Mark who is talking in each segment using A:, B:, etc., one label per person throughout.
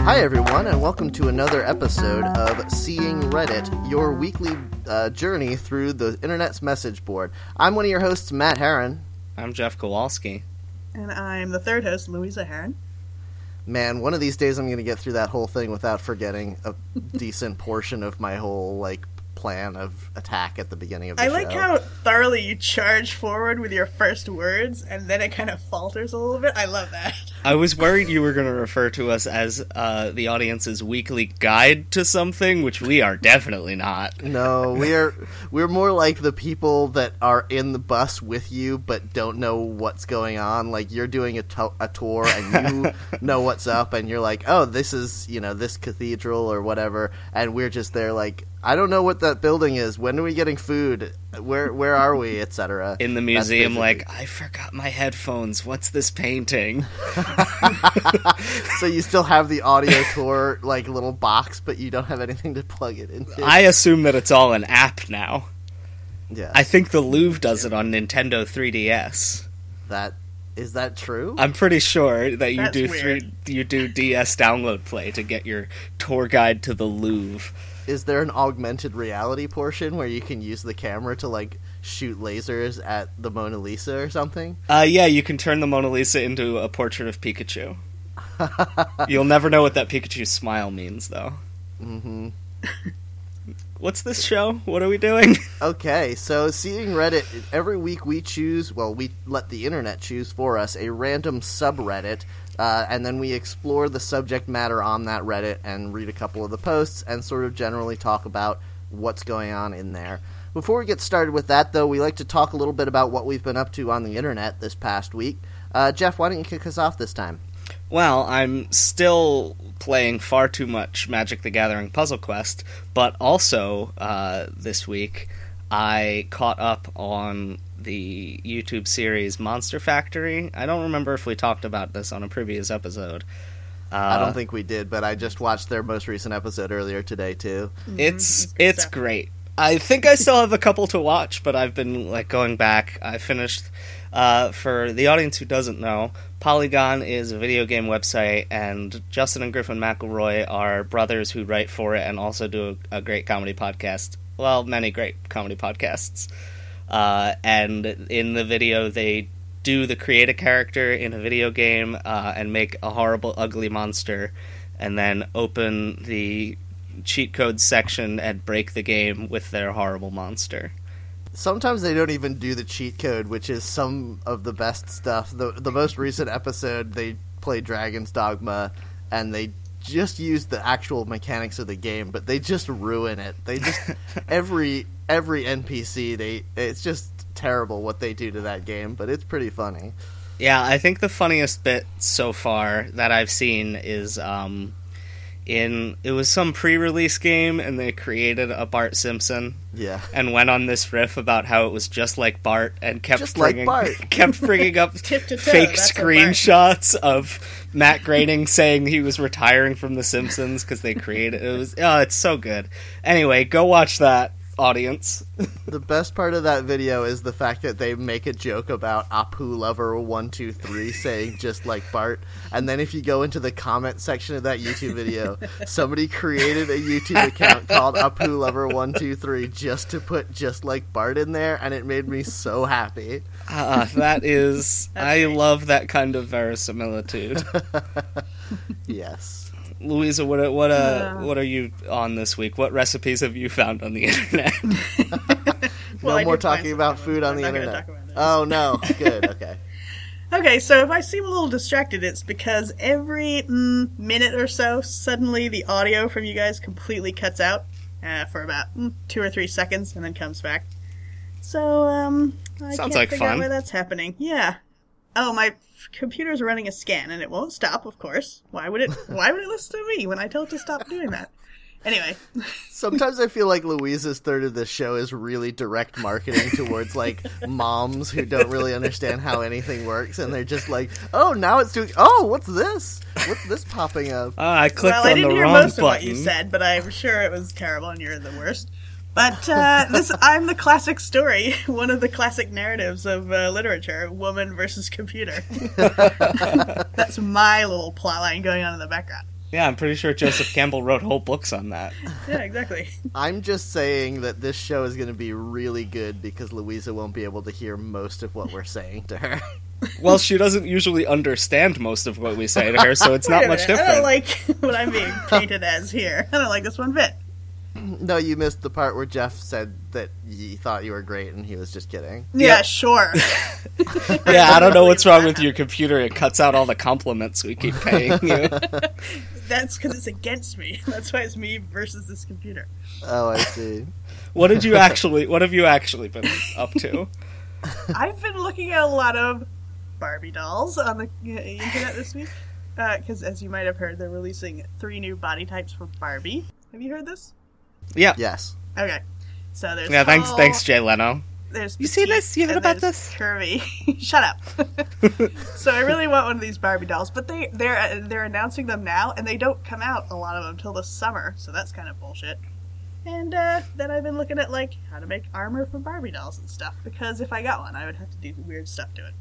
A: Hi, everyone, and welcome to another episode of Seeing Reddit, your weekly uh, journey through the internet's message board. I'm one of your hosts, Matt Herron.
B: I'm Jeff Kowalski.
C: And I'm the third host, Louisa Heron.
A: Man, one of these days I'm going to get through that whole thing without forgetting a decent portion of my whole like plan of attack at the beginning of the
C: I
A: show.
C: like how thoroughly you charge forward with your first words, and then it kind of falters a little bit. I love that.
B: I was worried you were going to refer to us as uh, the audience's weekly guide to something, which we are definitely not.
A: No, we're we're more like the people that are in the bus with you but don't know what's going on. Like you're doing a, to- a tour and you know what's up, and you're like, "Oh, this is you know this cathedral or whatever," and we're just there like, "I don't know what that building is. When are we getting food? Where where are we?" Etc.
B: In the
A: That's
B: museum,
A: basically-
B: like, I forgot my headphones. What's this painting?
A: so you still have the audio tour like little box, but you don't have anything to plug it into.
B: I assume that it's all an app now.
A: yeah,
B: I think the Louvre does it on Nintendo 3DS.
A: that is that true?
B: I'm pretty sure that you
C: That's
B: do
C: weird.
B: three, you do DS download play to get your tour guide to the Louvre.
A: is there an augmented reality portion where you can use the camera to like shoot lasers at the Mona Lisa or something?
B: Uh, yeah, you can turn the Mona Lisa into a portrait of Pikachu. You'll never know what that Pikachu smile means, though.
A: hmm
B: What's this show? What are we doing?
A: Okay, so seeing Reddit every week, we choose well, we let the internet choose for us a random subreddit. Uh, and then we explore the subject matter on that Reddit and read a couple of the posts and sort of generally talk about what's going on in there. Before we get started with that, though, we like to talk a little bit about what we've been up to on the internet this past week. Uh, Jeff, why don't you kick us off this time?
B: well, I'm still playing far too much Magic the Gathering Puzzle Quest, but also uh, this week I caught up on the YouTube series Monster Factory. I don't remember if we talked about this on a previous episode. Uh,
A: I don't think we did, but I just watched their most recent episode earlier today too.
B: It's it's
C: So-
B: great. I think I still have a couple to watch, but I've been like going back. I finished uh, for the audience who doesn't know. Polygon is a video game website, and Justin and Griffin McElroy are brothers who write for it and also do a, a great comedy podcast. Well, many great comedy podcasts. Uh, and in the video, they do the create a character in a video game uh, and make a horrible, ugly monster, and then open the cheat code section and break the game with their horrible monster.
A: Sometimes they don't even do the cheat code, which is some of the best stuff. The the most recent episode they play Dragon's Dogma and they just use the actual mechanics of the game, but they just ruin it. They just every every NPC they it's just terrible what they do to that game, but it's pretty funny.
B: Yeah, I think the funniest bit so far that I've seen is um, in it was some pre-release game and they created a Bart Simpson
A: Yeah.
B: and went on this riff about how it was just like Bart and kept
A: Just like
B: bringing
A: Bart.
B: kept bringing up
C: Tip to toe,
B: fake
C: that's a Bart.
B: screenshots of Matt Groening saying he was retiring from The Simpsons because they created it was oh it's so good. Anyway, go watch that audience.
A: The best part of that video is the fact that they make a joke about Apu Lover one two three saying just like Bart, and then if you go into the comment section of that YouTube video, somebody created a YouTube account called Apu Lover one two three just to put just like Bart in there, and it made me so happy.
B: Ah, that is.
C: That's
B: I
C: great.
B: love that kind of verisimilitude.
A: Yes.
B: Louisa, what are- what uh,
C: Yeah.
B: what are you on this week? What recipes have you found on the internet?
C: Well, I
A: no more
C: did find
A: talking about
C: something,
A: food
C: but
A: on
C: I'm
A: the
C: not gonna
A: internet.
C: talk about this.
A: Oh no. Good. Okay.
C: Okay, so if I seem a little distracted, it's because every mm, minute or so, suddenly the audio from you guys completely cuts out uh, for about mm, two or three seconds and then comes back. So, um, I
B: Sounds
C: can't
B: like
C: figure
B: fun.
C: out why that's happening. Yeah. Oh, my f- computer's running a scan and it won't stop. Of course, why would it? Why would it listen to me when I tell it to stop doing that? Anyway,
A: Sometimes I feel like Louise's third of this show is really direct marketing towards like moms who don't really understand how anything works, and they're just like, "Oh, now it's doing. Oh, what's this? What's this popping up?"
B: Ah, I clicked
C: well,
B: on
C: I didn't
B: the
C: hear
B: wrong
C: most
B: button.
C: of what you said, but I'm sure it was terrible, and you're the worst. But uh, this, I'm the classic story, one of the classic narratives of uh, literature: woman versus computer. That's my little plot line going on in the background.
B: Yeah, I'm pretty sure Joseph Campbell wrote whole books on that.
C: Yeah, exactly.
A: I'm just saying that this show is going to be really good because Louisa won't be able to hear most of what we're saying to her.
B: Well, she doesn't usually understand most of what we say to her, so it's
C: Wait
B: not
C: a
B: much
C: minute, I
B: different.
C: don't like what I'm being painted as here. I don't like this one bit.
A: no, you missed the part where Jeff said that he thought you were great and he was just kidding.
C: Yeah,
B: Yep.
C: sure.
B: yeah, I don't know what's wrong with your computer. It cuts out all the compliments we keep paying you.
C: That's because it's against me. That's why it's me versus this computer.
A: Oh, I see.
B: What did you actually? What have you actually been up to?
C: I've been looking at a lot of Barbie dolls on the uh, internet this week because, as you might have heard, they're releasing three new body types for Barbie. Have you heard this?
B: Yeah, yeah.
A: yes.
C: Okay, so there's
B: thanks,
C: tall,
B: thanks, Jay Leno.
C: There's
B: You seen
C: petite,
B: this? You heard
C: and
B: about
C: there's
B: this?
C: Curvy. Shut up. so I really want one of these Barbie dolls, but they they're uh, they're announcing them now, and they don't come out a lot of them till the summer, so that's kind of bullshit. And uh, then I've been looking at like how to make armor for Barbie dolls and stuff because if I got one, I would have to do weird stuff to it.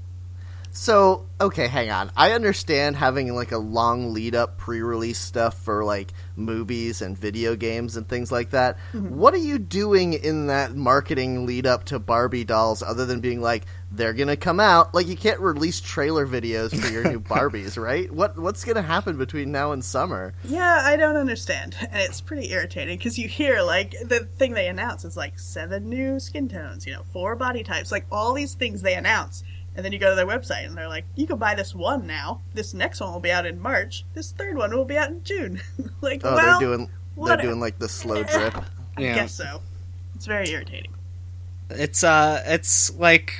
A: So, okay, hang on. I understand having like a long lead up pre release stuff for like movies and video games and things like that.
C: Mm-hmm.
A: What are you doing in that marketing lead up to Barbie dolls other than being like, they're gonna come out? Like you can't release trailer videos for your new Barbies, right? What what's gonna happen between now and summer?
C: Yeah, I don't understand, and it's pretty irritating because you hear like the thing they announce is like seven new skin tones, you know, four body types, like all these things they announce, and then you go to their website and they're like, you can buy this one now. This next one will be out in March. This third one will be out in June. like,
A: Oh,
C: well,
A: they're doing they're
C: what-
A: doing like the slow drip.
B: Yeah.
C: I guess so. It's very irritating.
B: It's uh, it's like,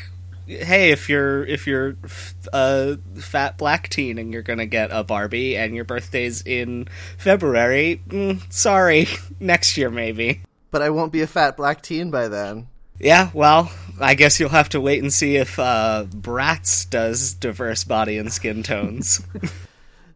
B: hey, if you're if you're f- a fat black teen and you're gonna get a Barbie and your birthday's in February, mm, sorry, next year maybe.
A: But I won't be a fat black teen by then.
B: Yeah, well, I guess you'll have to wait and see if uh, Bratz does diverse body and skin tones.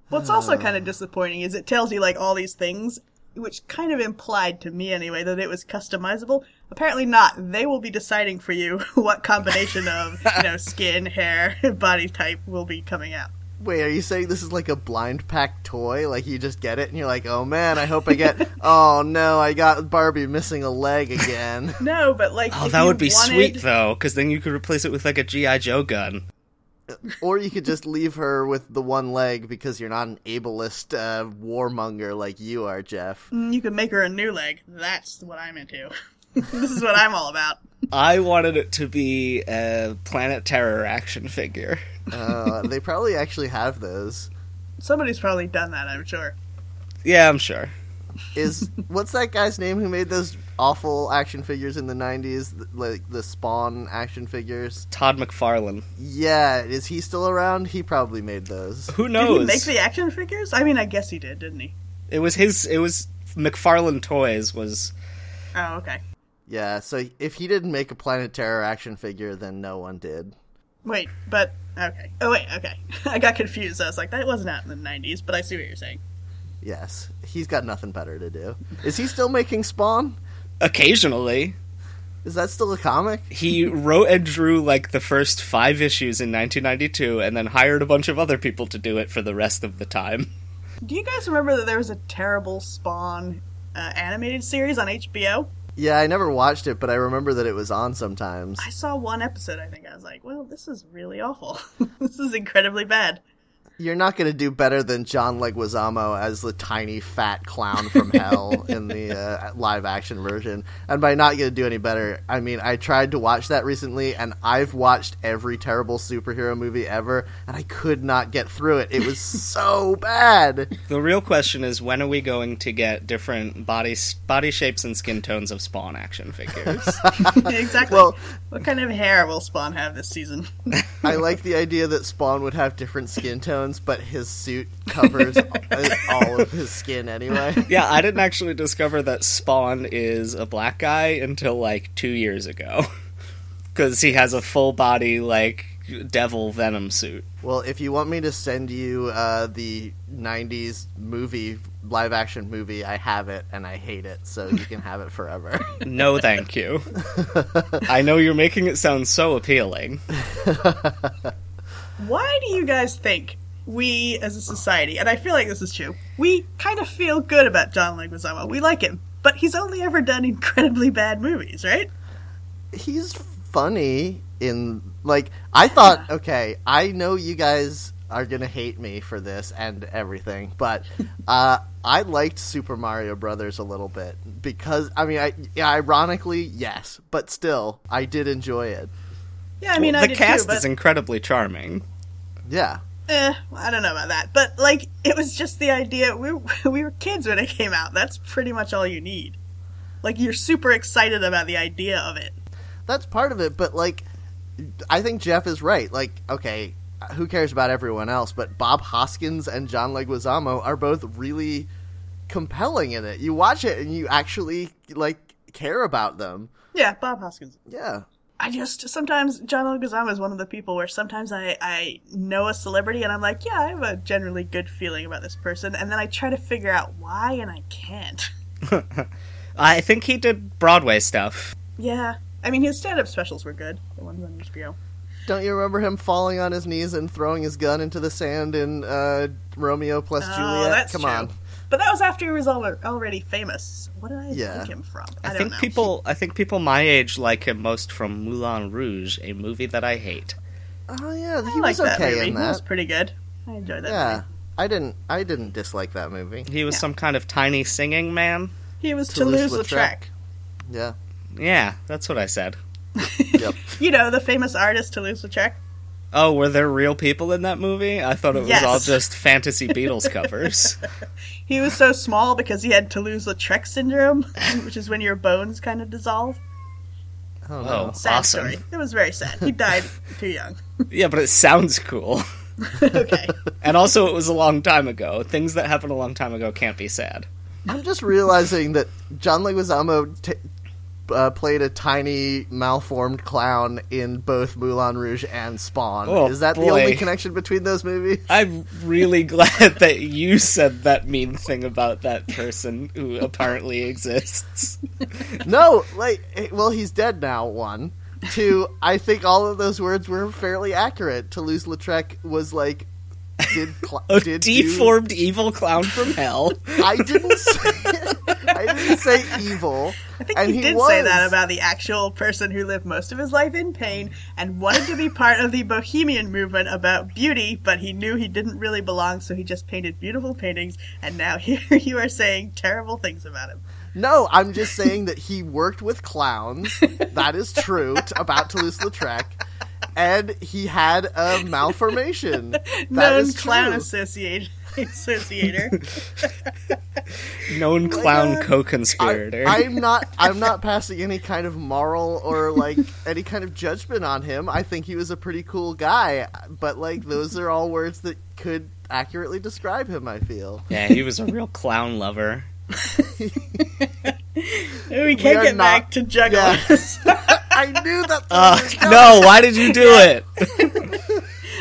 C: What's also kind
B: Uh.
C: of disappointing is it tells you like all these things, which kind of implied to me anyway that it was customizable. Apparently not. They will be deciding for you what combination of you know skin, hair, body type will be coming out.
A: Wait, are you saying this is like a blind pack toy? Like you just get it and you're like, oh man, I hope I get. oh no, I got Barbie missing a leg again.
C: No, but like
B: oh,
C: if
B: that
C: you
B: would be
C: wanted-
B: sweet though, because then you could replace it with like a GI Joe gun.
A: or you could just leave her with the one leg because you're not an ableist uh, warmonger like you are, Jeff.
C: Mm, You can make her a new leg. That's what I'm into. this is what I'm all about.
B: I wanted it to be a Planet Terror action figure.
A: Uh, they probably actually have those.
C: Somebody's probably done that, I'm sure.
B: Yeah, I'm sure.
A: Is what's that guy's name who made those awful action figures in the '90s, th- like the Spawn action figures?
B: Todd McFarlane.
A: Yeah, is he still around? He probably made those.
B: Who
C: Did
B: knows?
C: he make the action figures? I mean, I guess he did, didn't he?
B: it was his. It was McFarlane Toys was.
C: Oh, okay.
A: Yeah, so if he didn't make a Planet Terror action figure, then no one did.
C: Wait, but okay. Oh wait, okay. I got confused. I was like, that wasn't out in the '90s, but I see what you're saying.
A: Yes, he's got nothing better to do. Is he still making Spawn?
B: Occasionally,
A: Is that still a comic?
B: he wrote and drew like the first five issues in 1992, and then hired a bunch of other people to do it for the rest of the time.
C: Do you guys remember that there was a terrible Spawn uh, animated series on HBO?
A: Yeah, I never watched it, but I remember that it was on sometimes.
C: I saw one episode. I think I was like, well, this is really awful. this is incredibly bad.
A: You're not going to do better than John Leguizamo as the tiny fat clown from hell in the uh, live action version. And by not going to do any better, I mean, I tried to watch that recently, and I've watched every terrible superhero movie ever, and I could not get through it. It was so bad.
B: The real question is, when are we going to get different body body shapes and skin tones of Spawn action figures?
C: exactly.
A: Well-
C: what kind of hair will Spawn have this season?
A: I like the idea that Spawn would have different skin bones, but his suit covers all of his skin anyway.
B: Yeah, I didn't actually discover that Spawn is a black guy until like two years ago. Because he has a full body, like, devil venom suit.
A: Well, if you want me to send you uh, the '90s movie, live action movie, I have it and I hate it, so you can have it forever.
B: No, thank you. I know you're making it sound so appealing.
C: Why do you guys think we as a society, and I feel like this is true, we kind of feel good about John Leguizamo. We like him, but he's only ever done incredibly bad movies, right?
A: He's funny in like I thought. Okay, I know you guys are gonna hate me for this and everything, but uh, I liked Super Mario Brothers a little bit because I mean, I yeah, ironically, yes, but still, I did enjoy it.
C: Yeah, I mean,
B: Well,
C: I
B: the
C: did
B: cast
C: too, but
B: is incredibly charming.
A: Yeah,
C: eh, I don't know about that. But like, it was just the idea. We we were kids when it came out. That's pretty much all you need. Like, you're super excited about the idea of it.
A: that's part of it, but like, I think Jeff is right. Like, okay, who cares about everyone else? But Bob Hoskins and John Leguizamo are both really compelling in it. You watch it and you actually like care about them.
C: Yeah, Bob Hoskins.
A: Yeah.
C: I just sometimes John Leguizamo is one of the people where sometimes I I know a celebrity and I'm like, yeah, I have a generally good feeling about this person, and then I try to figure out why and I can't.
B: I think he did Broadway stuff.
C: Yeah, I mean his stand-up specials were good, the ones on HBO.
A: Don't you remember him falling on his knees and throwing his gun into the sand in uh, Romeo plus
C: Oh,
A: Juliet?
C: that's
A: Come
C: true.
A: on.
C: But that was after he was al- already famous. What did I
A: Yeah.
C: think him from? I,
B: I,
C: don't
B: think
C: know.
B: people. I think people my age like him most from Moulin Rouge, a movie that I hate.
A: Oh yeah,
C: I
A: he
C: like
A: was
C: that
A: okay
C: movie.
A: in
C: It was
A: that.
C: pretty good. I enjoyed that.
A: yeah.
C: Movie.
A: I didn't I didn't dislike that movie.
B: He was
C: Yeah.
B: some kind of tiny singing man.
C: He was
A: Toulouse-Lautrec.
C: Toulouse-Lautrec.
A: Yeah.
B: Yeah, that's what I said.
A: Yep.
C: You know the famous artist Toulouse-Lautrec.
B: Oh, were there real people in that movie? I thought it was
C: Yes.
B: all just fantasy Beatles covers.
C: He was so small because he had Toulouse-Lautrec syndrome, which is when your bones kind of dissolve.
A: Oh
B: Oh,
A: no.
C: Sad
B: awesome.
C: story. It was very sad. He died too young.
B: Yeah, but it sounds cool.
C: okay.
B: And also, it was a long time ago. Things that happened a long time ago can't be sad.
A: I'm just realizing that John Leguizamo t- uh, played a tiny malformed clown in both Moulin Rouge and Spawn.
B: Oh,
A: Is that the
B: boy.
A: only connection between those movies?
B: I'm really glad that you said that mean thing about that person who apparently exists.
A: No, like, eh, well, he's dead now. One, two. I think all of those words were fairly accurate. Toulouse Lautrec was like, did cl-
B: A
A: did do-
B: deformed evil clown from hell.
A: I didn't say I didn't say evil.
C: I think
A: And
C: he,
A: he
C: did say
A: was.
C: that about the actual person who lived most of his life in pain and wanted to be part of the bohemian movement about beauty, but he knew he didn't really belong, so he just painted beautiful paintings, and now here you are saying terrible things about him.
A: No, I'm just saying that he worked with clowns. That is true t- about Toulouse Lautrec. And he had a malformation. That
C: Known
A: is
C: clown
A: true.
C: associator. Associator.
B: Known clown
A: God.
B: co
A: I,
B: conspirator.
A: I'm not. I'm not passing any kind of moral or like any kind of judgment on him. I think he was a pretty cool guy, but like those are all words that could accurately describe him. I feel
B: Yeah, he was a real clown lover.
C: we can't
A: are
C: get
A: not-
C: back to jugglers.
A: I knew that.
B: Uh, no, why did you do it?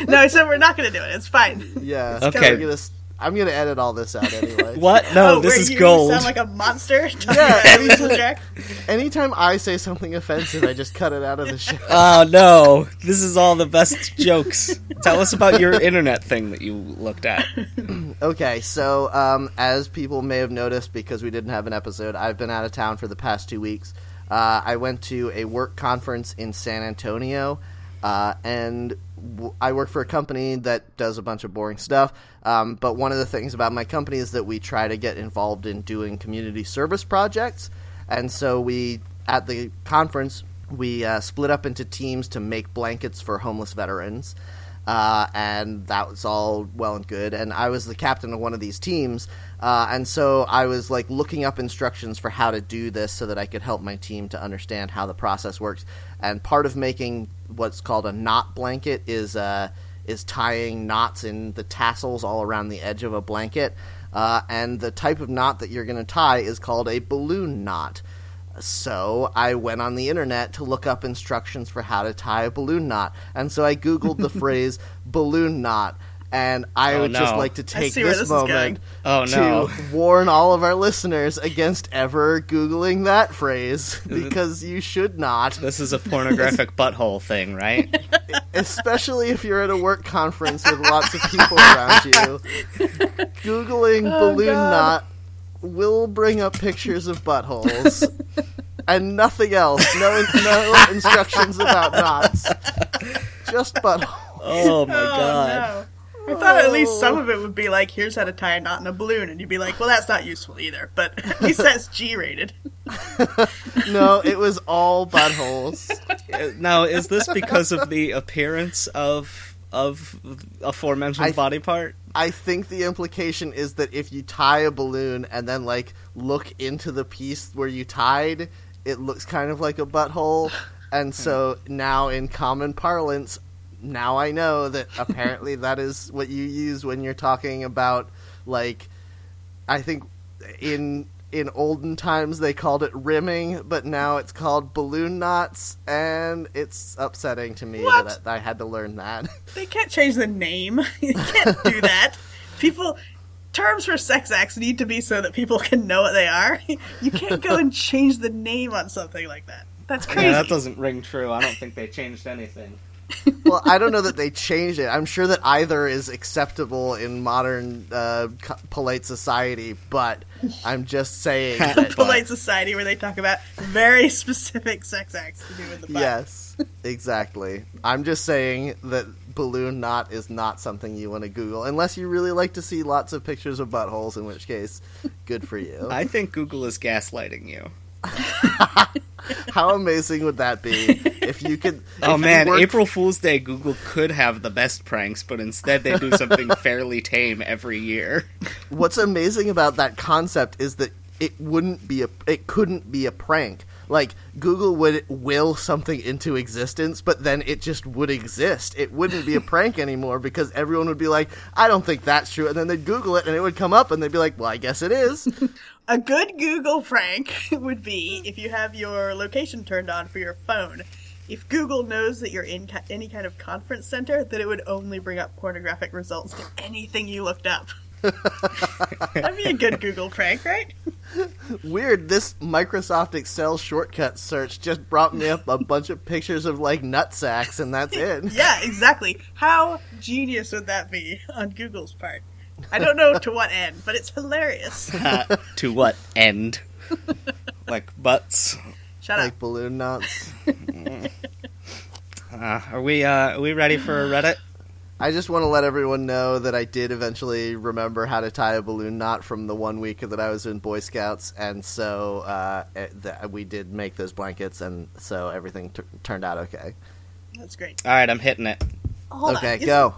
C: no, so we're not going to do it. It's fine.
A: Yeah.
B: Okay.
A: I'm gonna, s- I'm gonna edit all this out anyway.
B: What? No, Oh, this
C: where
B: is
C: Oh, you
B: gold.
C: sound like a monster. talking
A: Yeah,
C: about Toulouse-Lautrec.
A: Anytime I say something offensive, I just cut it out of the show.
B: oh no, this is all the best jokes. Tell us about your internet thing that you looked at.
A: Okay, so um, as people may have noticed, because we didn't have an episode, I've been out of town for the past two weeks. Uh, I went to a work conference in San Antonio, uh, and w- I work for a company that does a bunch of boring stuff. Um, but one of the things about my company is that we try to get involved in doing community service projects, and so we at the conference we uh, split up into teams to make blankets for homeless veterans uh, and that was all well and good. And I was the captain of one of these teams, uh, and so I was like looking up instructions for how to do this so that I could help my team to understand how the process works. And part of making what's called a knot blanket is uh, is tying knots in the tassels all around the edge of a blanket. Uh, and the type of knot that you're going to tie is called a balloon knot. So I went on the internet to look up instructions for how to tie a balloon knot. And so I Googled the phrase balloon knot. And I
B: Oh,
A: would just
B: no.
A: like to take
C: see where
A: this,
C: this is
A: moment
B: going. Oh,
A: to
B: no.
A: warn all of our listeners against ever Googling that phrase because you should not,
B: This is a pornographic butthole thing, right?
A: especially if you're at a work conference with lots of people around you. Googling balloon
C: God.
A: knot will bring up pictures of buttholes and nothing else. No, no instructions about knots, just buttholes.
B: Oh my
C: Oh,
B: god.
C: no. I thought at least
A: Oh.
C: some of it would be like, here's how to tie a knot in a balloon, and you'd be like, well, that's not useful either, but at least that's G rated.
A: No, it was all buttholes.
B: Uh, Now, is this because of the appearance of of aforementioned
A: I-
B: body part?
A: I think the implication is that if you tie a balloon and then like look into the piece where you tied, it looks kind of like a butthole. And so now in common parlance, now I know that apparently that is what you use when you're talking about like I think in in olden times they called it rimming, but now it's called balloon knots and it's upsetting to me
C: What?
A: that I, I had to learn that.
C: They can't change the name. you can't do that. People terms for sex acts need to be so that people can know what they are. You can't go and change the name on something like that. That's crazy.
B: Yeah, that doesn't ring true. I don't think they changed anything.
A: well, I don't know that they changed it. I'm sure that either is acceptable in modern uh, co- polite society, but I'm just saying. that-
C: polite society where they talk about very specific sex acts to do with the butt.
A: yes, exactly. I'm just saying that balloon knot is not something you want to Google unless you really like to see lots of pictures of buttholes. In which case, good for you.
B: I think Google is gaslighting you.
A: How amazing would that be if you could?
B: Oh
A: if you
B: man,
A: worked-
B: April Fool's Day Google could have the best pranks, but instead they do something fairly tame every year.
A: what's amazing about that concept is that it wouldn't be a it couldn't be a prank. Like Google would will something into existence, but then it just would exist. It wouldn't be a prank anymore because everyone would be like, "I don't think that's true," and then they'd Google it, and it would come up, and they'd be like, "Well, I guess it is."
C: A good Google prank would be if you have your location turned on for your phone. If Google knows that you're in ca- any kind of conference center, then it would only bring up pornographic results to anything you looked up. That'd be a good Google prank, right?
A: Weird. This Microsoft Excel shortcut search just brought me up a bunch of pictures of like nut sacks, and that's it.
C: Yeah, exactly. How genius would that be on Google's part? I don't know to what end, but it's hilarious.
B: Uh, to what end? Like butts.
C: Shut up.
A: Like balloon knots.
B: Uh, are we uh, are we ready for a Reddit?
A: I just want to let everyone know that I did eventually remember how to tie a balloon knot from the one week that I was in Boy Scouts, and so uh, it- th- we did make those blankets, and so everything tur turned out okay.
C: That's great.
B: All right, I'm hitting it.
C: Hold on.
A: okay,
C: Isn't-
A: go.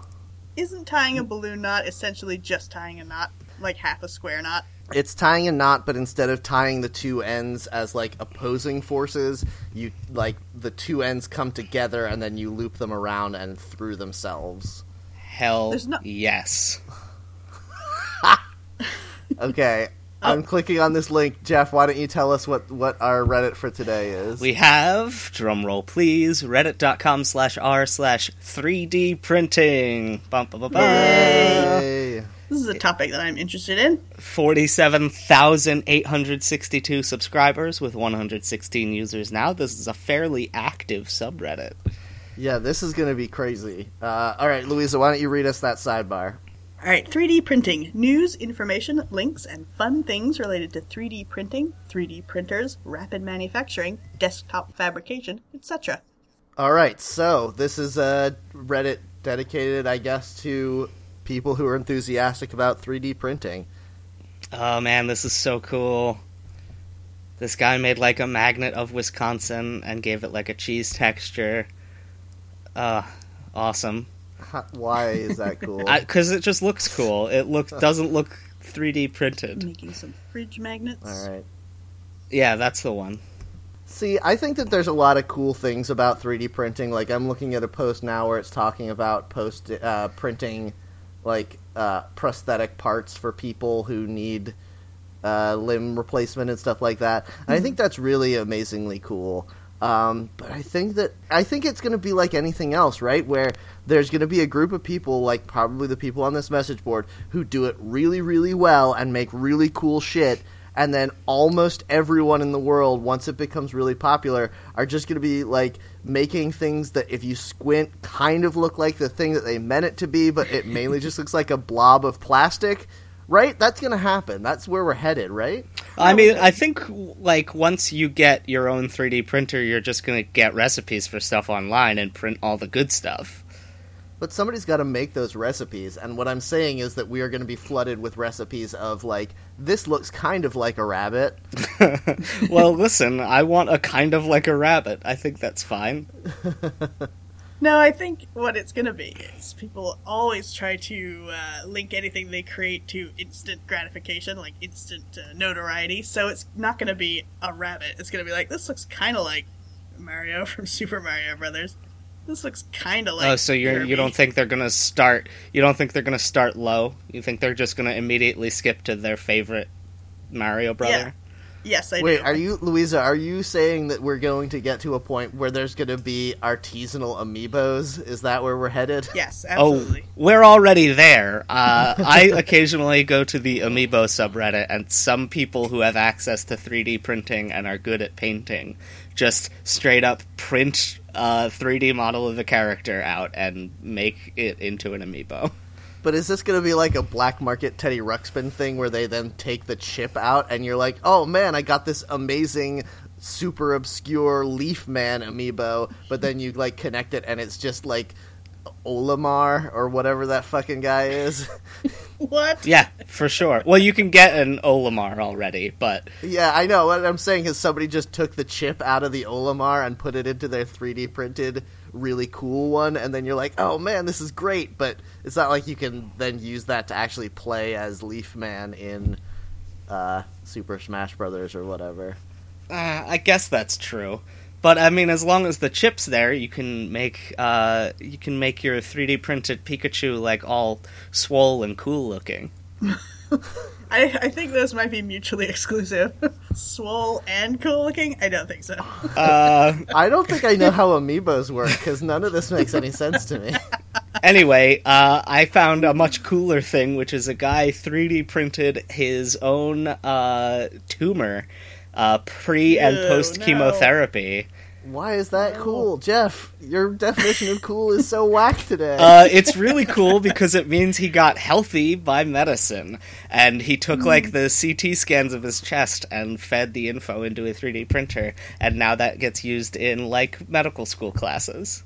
C: Isn't tying a balloon knot essentially just tying a knot, like half a square knot?
A: It's tying a knot, but instead of tying the two ends as like opposing forces, you like the two ends come together, and then you loop them around and through themselves.
B: Hell
C: There's not-
B: yes.
A: Okay. I'm clicking on this link. Jeff, why don't you tell us what, what our Reddit for today is?
B: We have, drumroll please, reddit.com slash r slash 3D printing. Bum, bum, bum, bum.
A: Yay.
C: This is a topic that I'm interested in.
B: 47,862 subscribers with 116 users now. This is a fairly active subreddit.
A: Yeah, this is going to be crazy. Uh, all right, Louisa, why don't you read us that sidebar?
C: All right, 3D printing news, information, links, and fun things related to 3D printing, 3D printers, rapid manufacturing, desktop fabrication, etc.
A: All right, so this is a Reddit dedicated, I guess, to people who are enthusiastic about 3D printing.
B: Oh man, this is so cool. This guy made like a magnet of Wisconsin and gave it like a cheese texture. Uh, awesome.
A: Ha- Why is that cool?
B: Because it just looks cool. It look, doesn't look 3D printed.
C: Making some fridge magnets.
A: all right.
B: Yeah, that's the one.
A: See, I think that there's a lot of cool things about 3D printing. Like I'm looking at a post now where it's talking about post uh, printing, like uh, prosthetic parts for people who need uh, limb replacement and stuff like that. And I think that's really amazingly cool. Um, but I think that I think it's going to be like anything else, right? Where there's going to be a group of people, like probably the people on this message board, who do it really, really well and make really cool shit. And then almost everyone in the world, once it becomes really popular, are just going to be like making things that, if you squint, kind of look like the thing that they meant it to be, but it mainly just looks like a blob of plastic. Right? That's going to happen. That's where we're headed, right?
B: I mean, I think like once you get your own 3D printer, you're just going to get recipes for stuff online and print all the good stuff.
A: But somebody's got to make those recipes, and what I'm saying is that we are going to be flooded with recipes of like this looks kind of like a rabbit.
B: Well, listen, I want a kind of like a rabbit. I think that's fine.
C: No, I think what it's going to be is people always try to uh, link anything they create to instant gratification, like instant uh, notoriety. So it's not going to be a rabbit. It's going to be like, this looks kind of like Mario from Super Mario Brothers. This looks kind of like.
B: oh, so you you
C: Kirby."
B: don't think they're going to start you don't think they're going to start low? You think they're just going to immediately skip to their favorite Mario brother?
C: Yes, I
A: Wait,
C: do.
A: are you Louisa? Are you saying that we're going to get to a point where there's going to be artisanal amiibos? Is that where we're headed?
C: Yes,
B: Oh,
C: absolutely.
B: we're already there. Uh, I occasionally go to the Amiibo subreddit, and some people who have access to 3D printing and are good at painting just straight up print a 3D model of the character out and make it into an Amiibo.
A: But is this going to be like a black market Teddy Ruxpin thing where they then take the chip out and you're like, oh man, I got this amazing, super obscure Leaf Man amiibo, but then you like connect it and it's just like Olimar or whatever that fucking guy is?
C: What?
B: Yeah, for sure. Well, you can get an Olimar already, but
A: yeah, I know. What I'm saying is somebody just took the chip out of the Olimar and put it into their 3D printed, really cool one, and then you're like, oh man, this is great, but it's not like you can then use that to actually play as Leaf Man in. Uh, Super Smash Brothers or whatever.
B: Uh, I guess that's true. But I mean, as long as the chip's there, you can make uh, you can make your 3D printed Pikachu like all swole and cool looking.
C: I, I think those might be mutually exclusive. Swole and cool looking? I don't think so.
B: Uh,
A: I don't think I know how amiibos work because none of this makes any sense to me.
B: anyway, uh, I found a much cooler thing, which is a guy 3D printed his own uh, tumor uh, pre and
C: Ew,
B: post
C: no.
B: chemotherapy.
A: Why is that cool, Jeff? Your definition of cool is so whack today.
B: Uh, it's really cool because it means he got healthy by medicine, and he
C: Hmm.
B: took like the CT scans of his chest and fed the info into a 3D printer, and now that gets used in like medical school classes.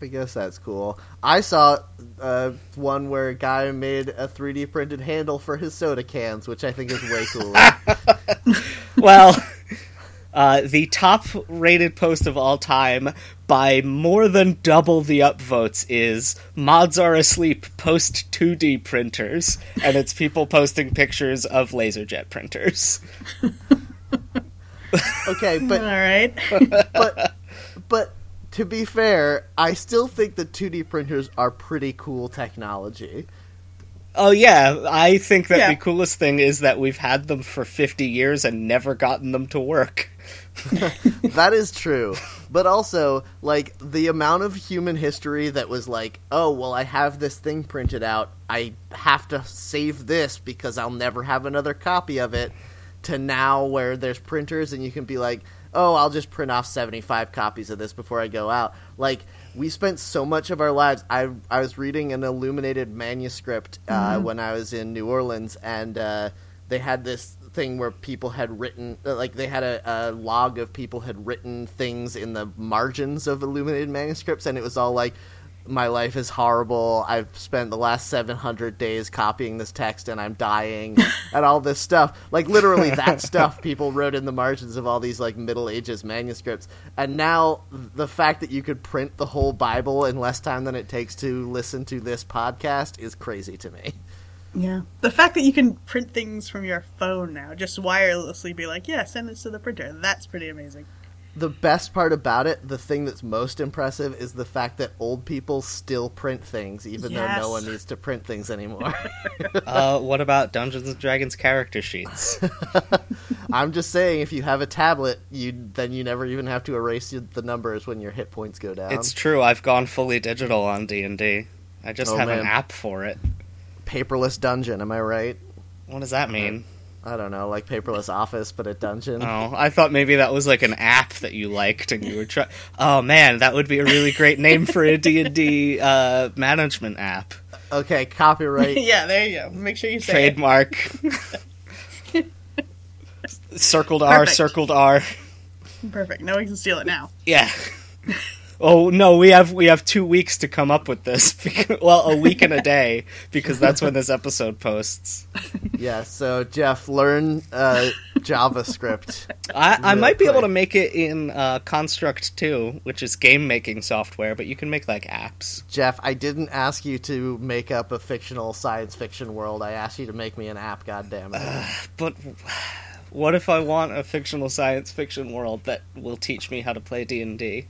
A: I guess that's cool. I saw uh, one where a guy made a 3D printed handle for his soda cans, which I think is way cooler.
B: Well, uh, the top-rated post of all time by more than double the upvotes is "Mods are asleep post 2D printers," and it's people posting pictures of LaserJet printers.
A: okay,
C: All
A: but
C: right.
A: but but to be fair, I still think the 2D printers are pretty cool technology.
B: Oh yeah, I think that
C: Yeah.
B: the coolest thing is that we've had them for 50 years and never gotten them to work.
A: That is true. But also, like, the amount of human history that was like, oh, well, I have this thing printed out. I have to save this because I'll never have another copy of it, to now where there's printers and you can be like, oh, I'll just print off 75 copies of this before I go out. Like, we spent so much of our lives. I, I was reading an illuminated manuscript uh, when I was in New Orleans, and uh, they had this thing where people had written uh, like they had a, a log of people had written things in the margins of illuminated manuscripts and it was all like my life is horrible i've spent the last 700 days copying this text and i'm dying and all this stuff like literally that stuff people wrote in the margins of all these like middle ages manuscripts and now the fact that you could print the whole bible in less time than it takes to listen to this podcast is crazy to me
C: Yeah. The fact that you can print things from your phone now, just wirelessly be like, yeah, send this to the printer. That's pretty amazing.
A: the best part about it, the thing that's most impressive, is the fact that old people still print things, even though
C: Yes.
A: no one needs to print things anymore.
B: Uh, what about Dungeons and Dragons character sheets?
A: I'm just saying, if you have a tablet, you then you never even have to erase y- the numbers when your hit points go down.
B: It's true. I've gone fully digital on D and D. I just
A: Oh,
B: have
A: man.
B: an app for it.
A: paperless dungeon. Am I right?
B: What does that mean?
A: I don't know, like paperless office, but a dungeon.
B: Oh, I thought maybe that was like an app that you liked and you were trying. Oh man, that would be a really great name for a D and D uh, management app.
A: Okay, copyright.
C: yeah, there you go. Make sure you say it.
B: Trademark. circled R,
C: Perfect.
B: circled R.
C: Perfect. No one can steal it now.
B: Yeah. Oh no, we have we have two weeks to come up with this. Because, well, a week and a day because that's when this episode posts.
A: Yeah. So Jeff, learn uh, JavaScript.
B: I, I
A: Real
B: might be able to
A: quick.
B: make it in uh, Construct 2, which is game making software, but you can make like apps.
A: Jeff, I didn't ask you to make up a fictional science fiction world. I asked you to make me an app. God damn it.
B: But what if I want a fictional science fiction world that will teach me how to play D and D,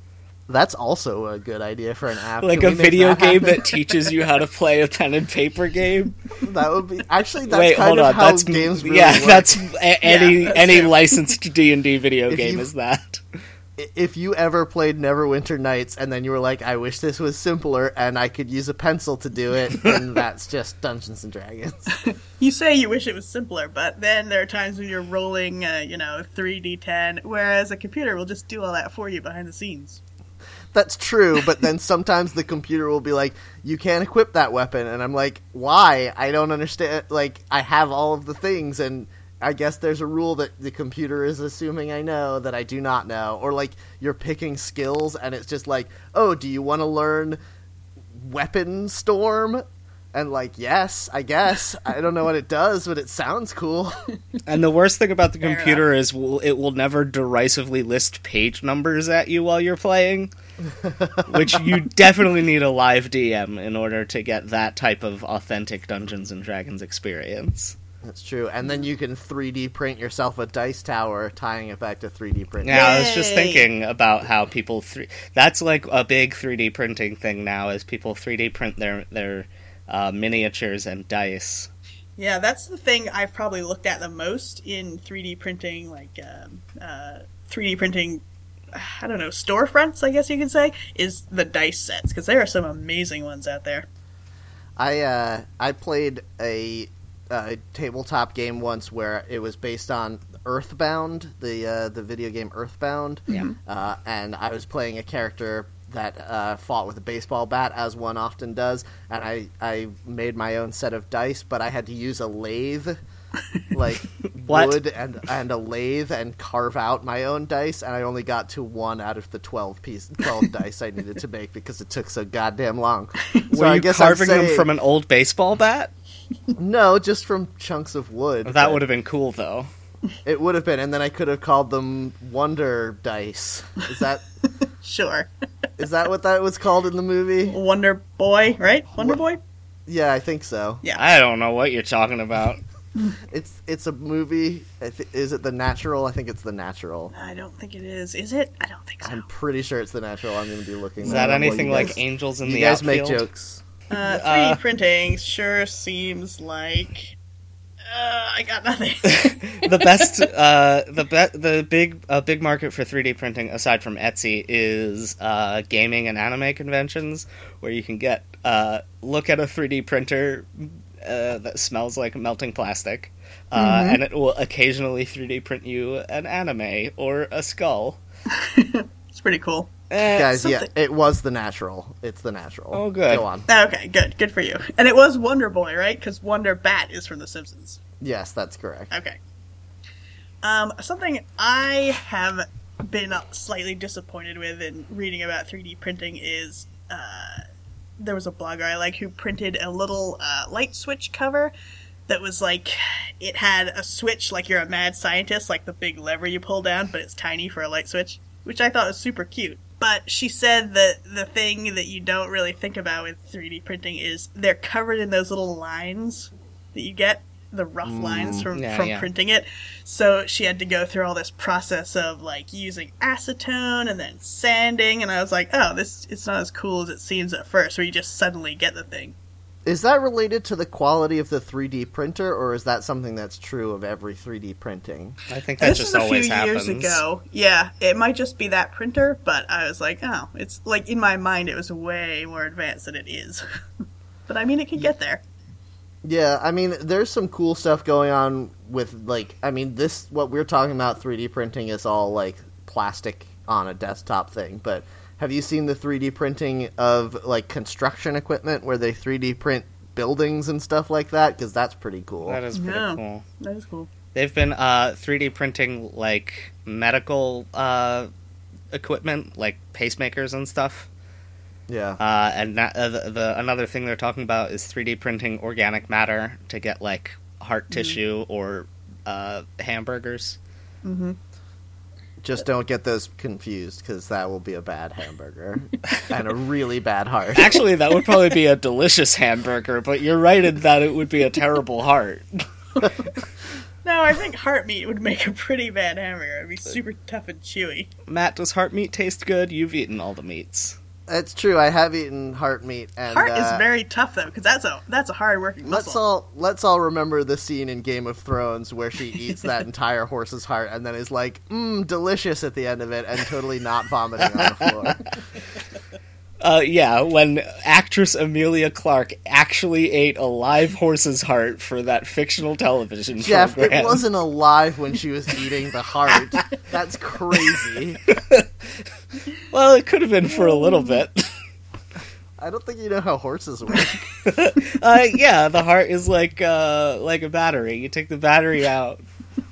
A: That's also a good idea for an app.
B: like
A: Can
B: a
A: we make
B: video
A: that
B: game
A: happen?
B: that teaches you how to play a pen and paper game?
A: that would be actually that's
B: Wait,
A: kind
B: hold
A: of
B: on,
A: how
B: that's
A: games really
B: yeah,
A: work.
B: that's a- any
C: that's
B: any
C: true.
B: licensed D and D video
A: If
B: game
A: you-
B: is that.
A: if you ever played Neverwinter Nights and then you were like, I wish this was simpler and I could use a pencil to do it, then that's just Dungeons and Dragons.
C: You say you wish it was simpler, but then there are times when you're rolling, uh, you know, 3d10, whereas a computer will just do all that for you behind the scenes.
A: That's true, but then sometimes the computer will be like, You can't equip that weapon and I'm like, Why? I don't understand like I have all of the things and I guess there's a rule that the computer is assuming I know that I do not know. Or like you're picking skills and it's just like, Oh, do you want to learn weapon storm? And like, yes, I guess. I don't know what it does, but it sounds cool.
B: And the worst thing about the
C: Fair
B: computer is will, it will never derisively list page numbers at you while you're playing, which you definitely need a live DM in order to get that type of authentic Dungeons and Dragons experience.
A: That's true. And then you can 3D print yourself a dice tower, tying it back to 3D printing.
B: Yeah, I was just
C: Yay.
B: thinking about how people three that's like a big 3D printing thing now is people 3D print their their uh, miniatures and dice.
C: Yeah, that's the thing I've probably looked at the most in 3D printing, like um, uh, 3D printing. I don't know storefronts. I guess you could say is the dice sets because there are some amazing ones out there.
A: I uh, I played a, uh tabletop game once where it was based on Earthbound, the uh, the video game Earthbound.
B: Yeah.
A: Uh, and I was playing a character that uh, fought with a baseball bat, as one often does. And I I made my own set of dice, but I had to use a lathe. Like
B: What?
A: wood and and a lathe and carve out my own dice, and I only got to one out of the twelve piece twelve dice I needed to make because it took so goddamn long.
B: Were
A: so I
B: you
A: guess I'm
B: carving them
A: saying-
B: from an old baseball bat?
A: no, just from chunks of wood.
B: That would have been cool though.
A: it would have been, and then I could have called them Wonder Dice. Is that
C: Sure,
A: is that what that was called in the movie?
C: Wonder Boy, right? Wonder Boy.
A: Yeah, I think so.
B: I don't know what you're talking about.
A: It's it's a movie. I thi- Is it The Natural? I think it's The Natural.
C: I don't think it is. Is it? I don't think so.
A: I'm pretty sure it's The Natural. I'm going to be looking.
B: Is that
A: up while you
B: anything
A: guys-
B: like Angels in
A: you
B: the
A: guys
B: Outfield?
A: make jokes?
C: Uh, 3D
B: Uh,
C: printing sure seems like uh, I got nothing.
B: the best, uh, the be- the big uh, big market for 3D printing aside from Etsy is uh, gaming and anime conventions, where you can get uh, look at a 3D printer uh, that smells like melting plastic, uh,
C: Mm-hmm.
B: and it will occasionally 3D print you an anime or a skull.
C: it's pretty cool.
B: Eh,
A: Guys,
C: something-
A: yeah, it was The Natural. It's The Natural.
B: Oh, good.
A: Go on.
C: Okay, good, good for you. And it was Wonder Boy, right? Because Wonder Bat is from The Simpsons.
A: Yes, that's correct.
C: Okay. Um, something I have been slightly disappointed with in reading about 3D printing is uh, there was a blogger I like who printed a little uh, light switch cover that was like it had a switch like you're a mad scientist, like the big lever you pull down, but it's tiny for a light switch, which I thought was super cute. But she said that the thing that you don't really think about with 3D printing is they're covered in those little lines that you get the rough lines from,
B: Yeah,
C: from
B: yeah.
C: printing it. So she had to go through all this process of like using acetone and then sanding. And I was like, oh, this it's not as cool as it seems at first, where you just suddenly get the thing.
A: Is that related to the quality of the 3D printer, or is that something that's true of every 3D printing?
B: I think that
C: this
B: just
C: was a few
B: always happens.
C: years ago. Yeah, it might just be that printer, but I was like, oh, it's like in my mind, it was way more advanced than it is. but I mean, it could get there.
A: Yeah, I mean, there's some cool stuff going on with like, I mean, this what we're talking about 3D printing is all like plastic on a desktop thing, but have you seen the 3D printing of like construction equipment where they 3D print buildings and stuff like that? Because that's pretty cool.
B: That is pretty
C: No.
B: cool.
C: That is cool.
B: They've been uh, 3D printing like medical uh, equipment, like pacemakers and stuff.
A: yeah.
B: Uh, and that, uh, the, the another thing they're talking about is 3D printing organic matter to get like
A: Mm-hmm.
B: heart tissue or uh, hamburgers.
A: Just don't get those confused because that will be a bad hamburger and a really bad heart.
B: Actually, that would probably be a delicious hamburger, but you're right in that it would be a terrible heart.
C: No, I think heart meat would make a pretty bad hamburger. It'd be super tough and chewy.
B: Matt, does heart meat taste good? You've eaten all the meats.
A: That's true. I have eaten heart meat, and
C: Heart
A: uh,
C: is very tough though, because that's a that's a hard working muscle.
A: Let's all let's all remember the scene in Game of Thrones where she eats that entire horse's heart and then is like, mmm, delicious at the end of it and totally not vomiting on the floor.
B: Uh, yeah, when actress Amelia Clark actually ate a live horse's heart for that fictional television
A: Jeff,
B: program.
A: it wasn't alive when she was eating the heart. That's crazy.
B: Well, it could have been for a little bit.
A: I don't think you know how horses work.
B: uh, yeah, the heart is like uh, like a battery. You take the battery out.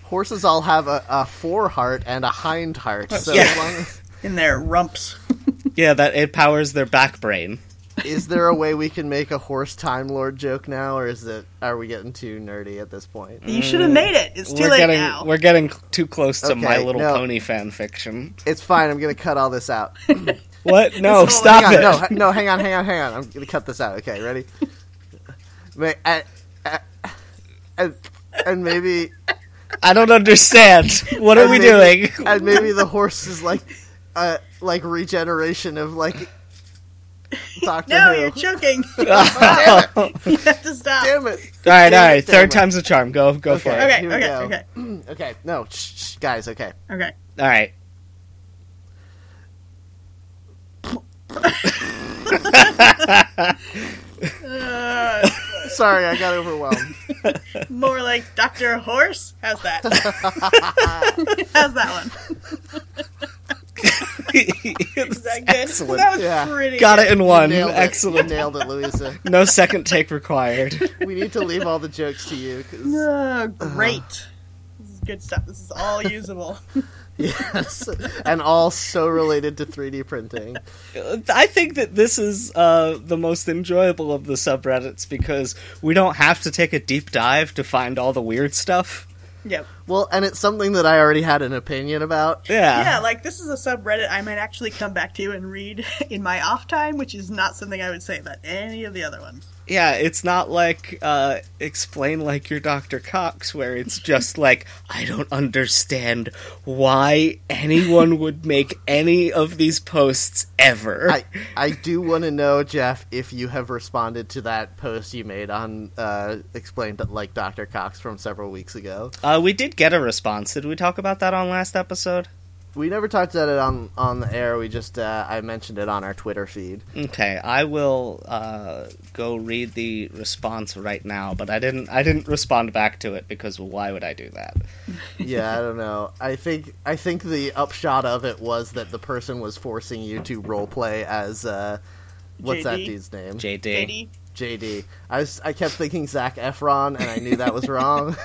A: Horses all have a, a fore heart and a hind heart. So
B: Yeah.
A: as long as,
C: in their rumps.
B: Yeah, that it powers their back brain.
A: is there a way we can make a horse time lord joke now, or is it are we getting too nerdy at this point?
C: You should have made it. It's too
B: we're
C: late
B: getting
C: now.
B: we're getting too close to My
A: Okay,
B: Little
A: no.
B: Pony fan fiction.
A: It's fine. I'm going to cut all this out.
B: What? No,
C: whole-
B: stop
A: hang
B: it.
A: on, no, no, hang on, hang on, hang on. I'm gonna cut this out. Okay, ready? May- uh, uh, and, and maybe,
B: I don't understand. What are
A: And
B: we
A: maybe-
B: doing?
A: and maybe the horse is like, uh, like regeneration of like Doctor
C: No,
A: Who.
C: you're choking.
A: Damn it!
C: you have to stop.
A: Oh. Damn it!
B: All right, all
A: Damn it,
B: right.
A: damn
B: Third
A: it.
B: time's a charm. Go, go for it.
C: Okay,
A: Here we
C: okay,
A: go.
C: okay,
A: Okay, no, shh, shh, guys. Okay,
C: okay.
B: All right.
C: Uh,
A: sorry, I got overwhelmed.
C: more like Doctor Horse. How's that? How's that one? Is that good?
B: Excellent.
C: That was
A: Yeah.
C: pretty.
B: Got it in one.
A: Nailed it.
B: Excellent.
A: Nailed it, Louisa.
B: No second take required.
A: We need to leave all the jokes to you. 'cause-
C: Oh, great.
A: Uh-huh.
C: This is good stuff. This is all usable.
A: yes, and all so related to 3D printing.
B: I think that this is uh, the most enjoyable of the subreddits because we don't have to take a deep dive to find all the weird stuff.
C: yep.
A: Well, and it's something that I already had an opinion about.
C: Yeah, like this is a subreddit I might actually come back to and read in my off time, which is not something I would say about any of the other ones.
B: Yeah, it's not like uh, explain like your Dr. Cox, where it's just like I don't understand why anyone would make any of these posts ever.
A: I, I do want to know, Jeff, if you have responded to that post you made on uh, explained like Dr. Cox from several weeks ago.
B: Uh, we did get a response. Did we talk about that on last episode?
A: We never talked about it on on the air. We just uh, I mentioned it on our Twitter feed.
B: Okay, I will uh, go read the response right now, but I didn't. I didn't respond back to it because why would I do that?
A: Yeah, I don't know. I think I think the upshot of it was that the person was forcing you to roleplay as uh, what's that
C: JD?
A: dude's name?
B: JD.
C: JD,
A: JD. I was I kept thinking Zach Efron, and I knew that was wrong.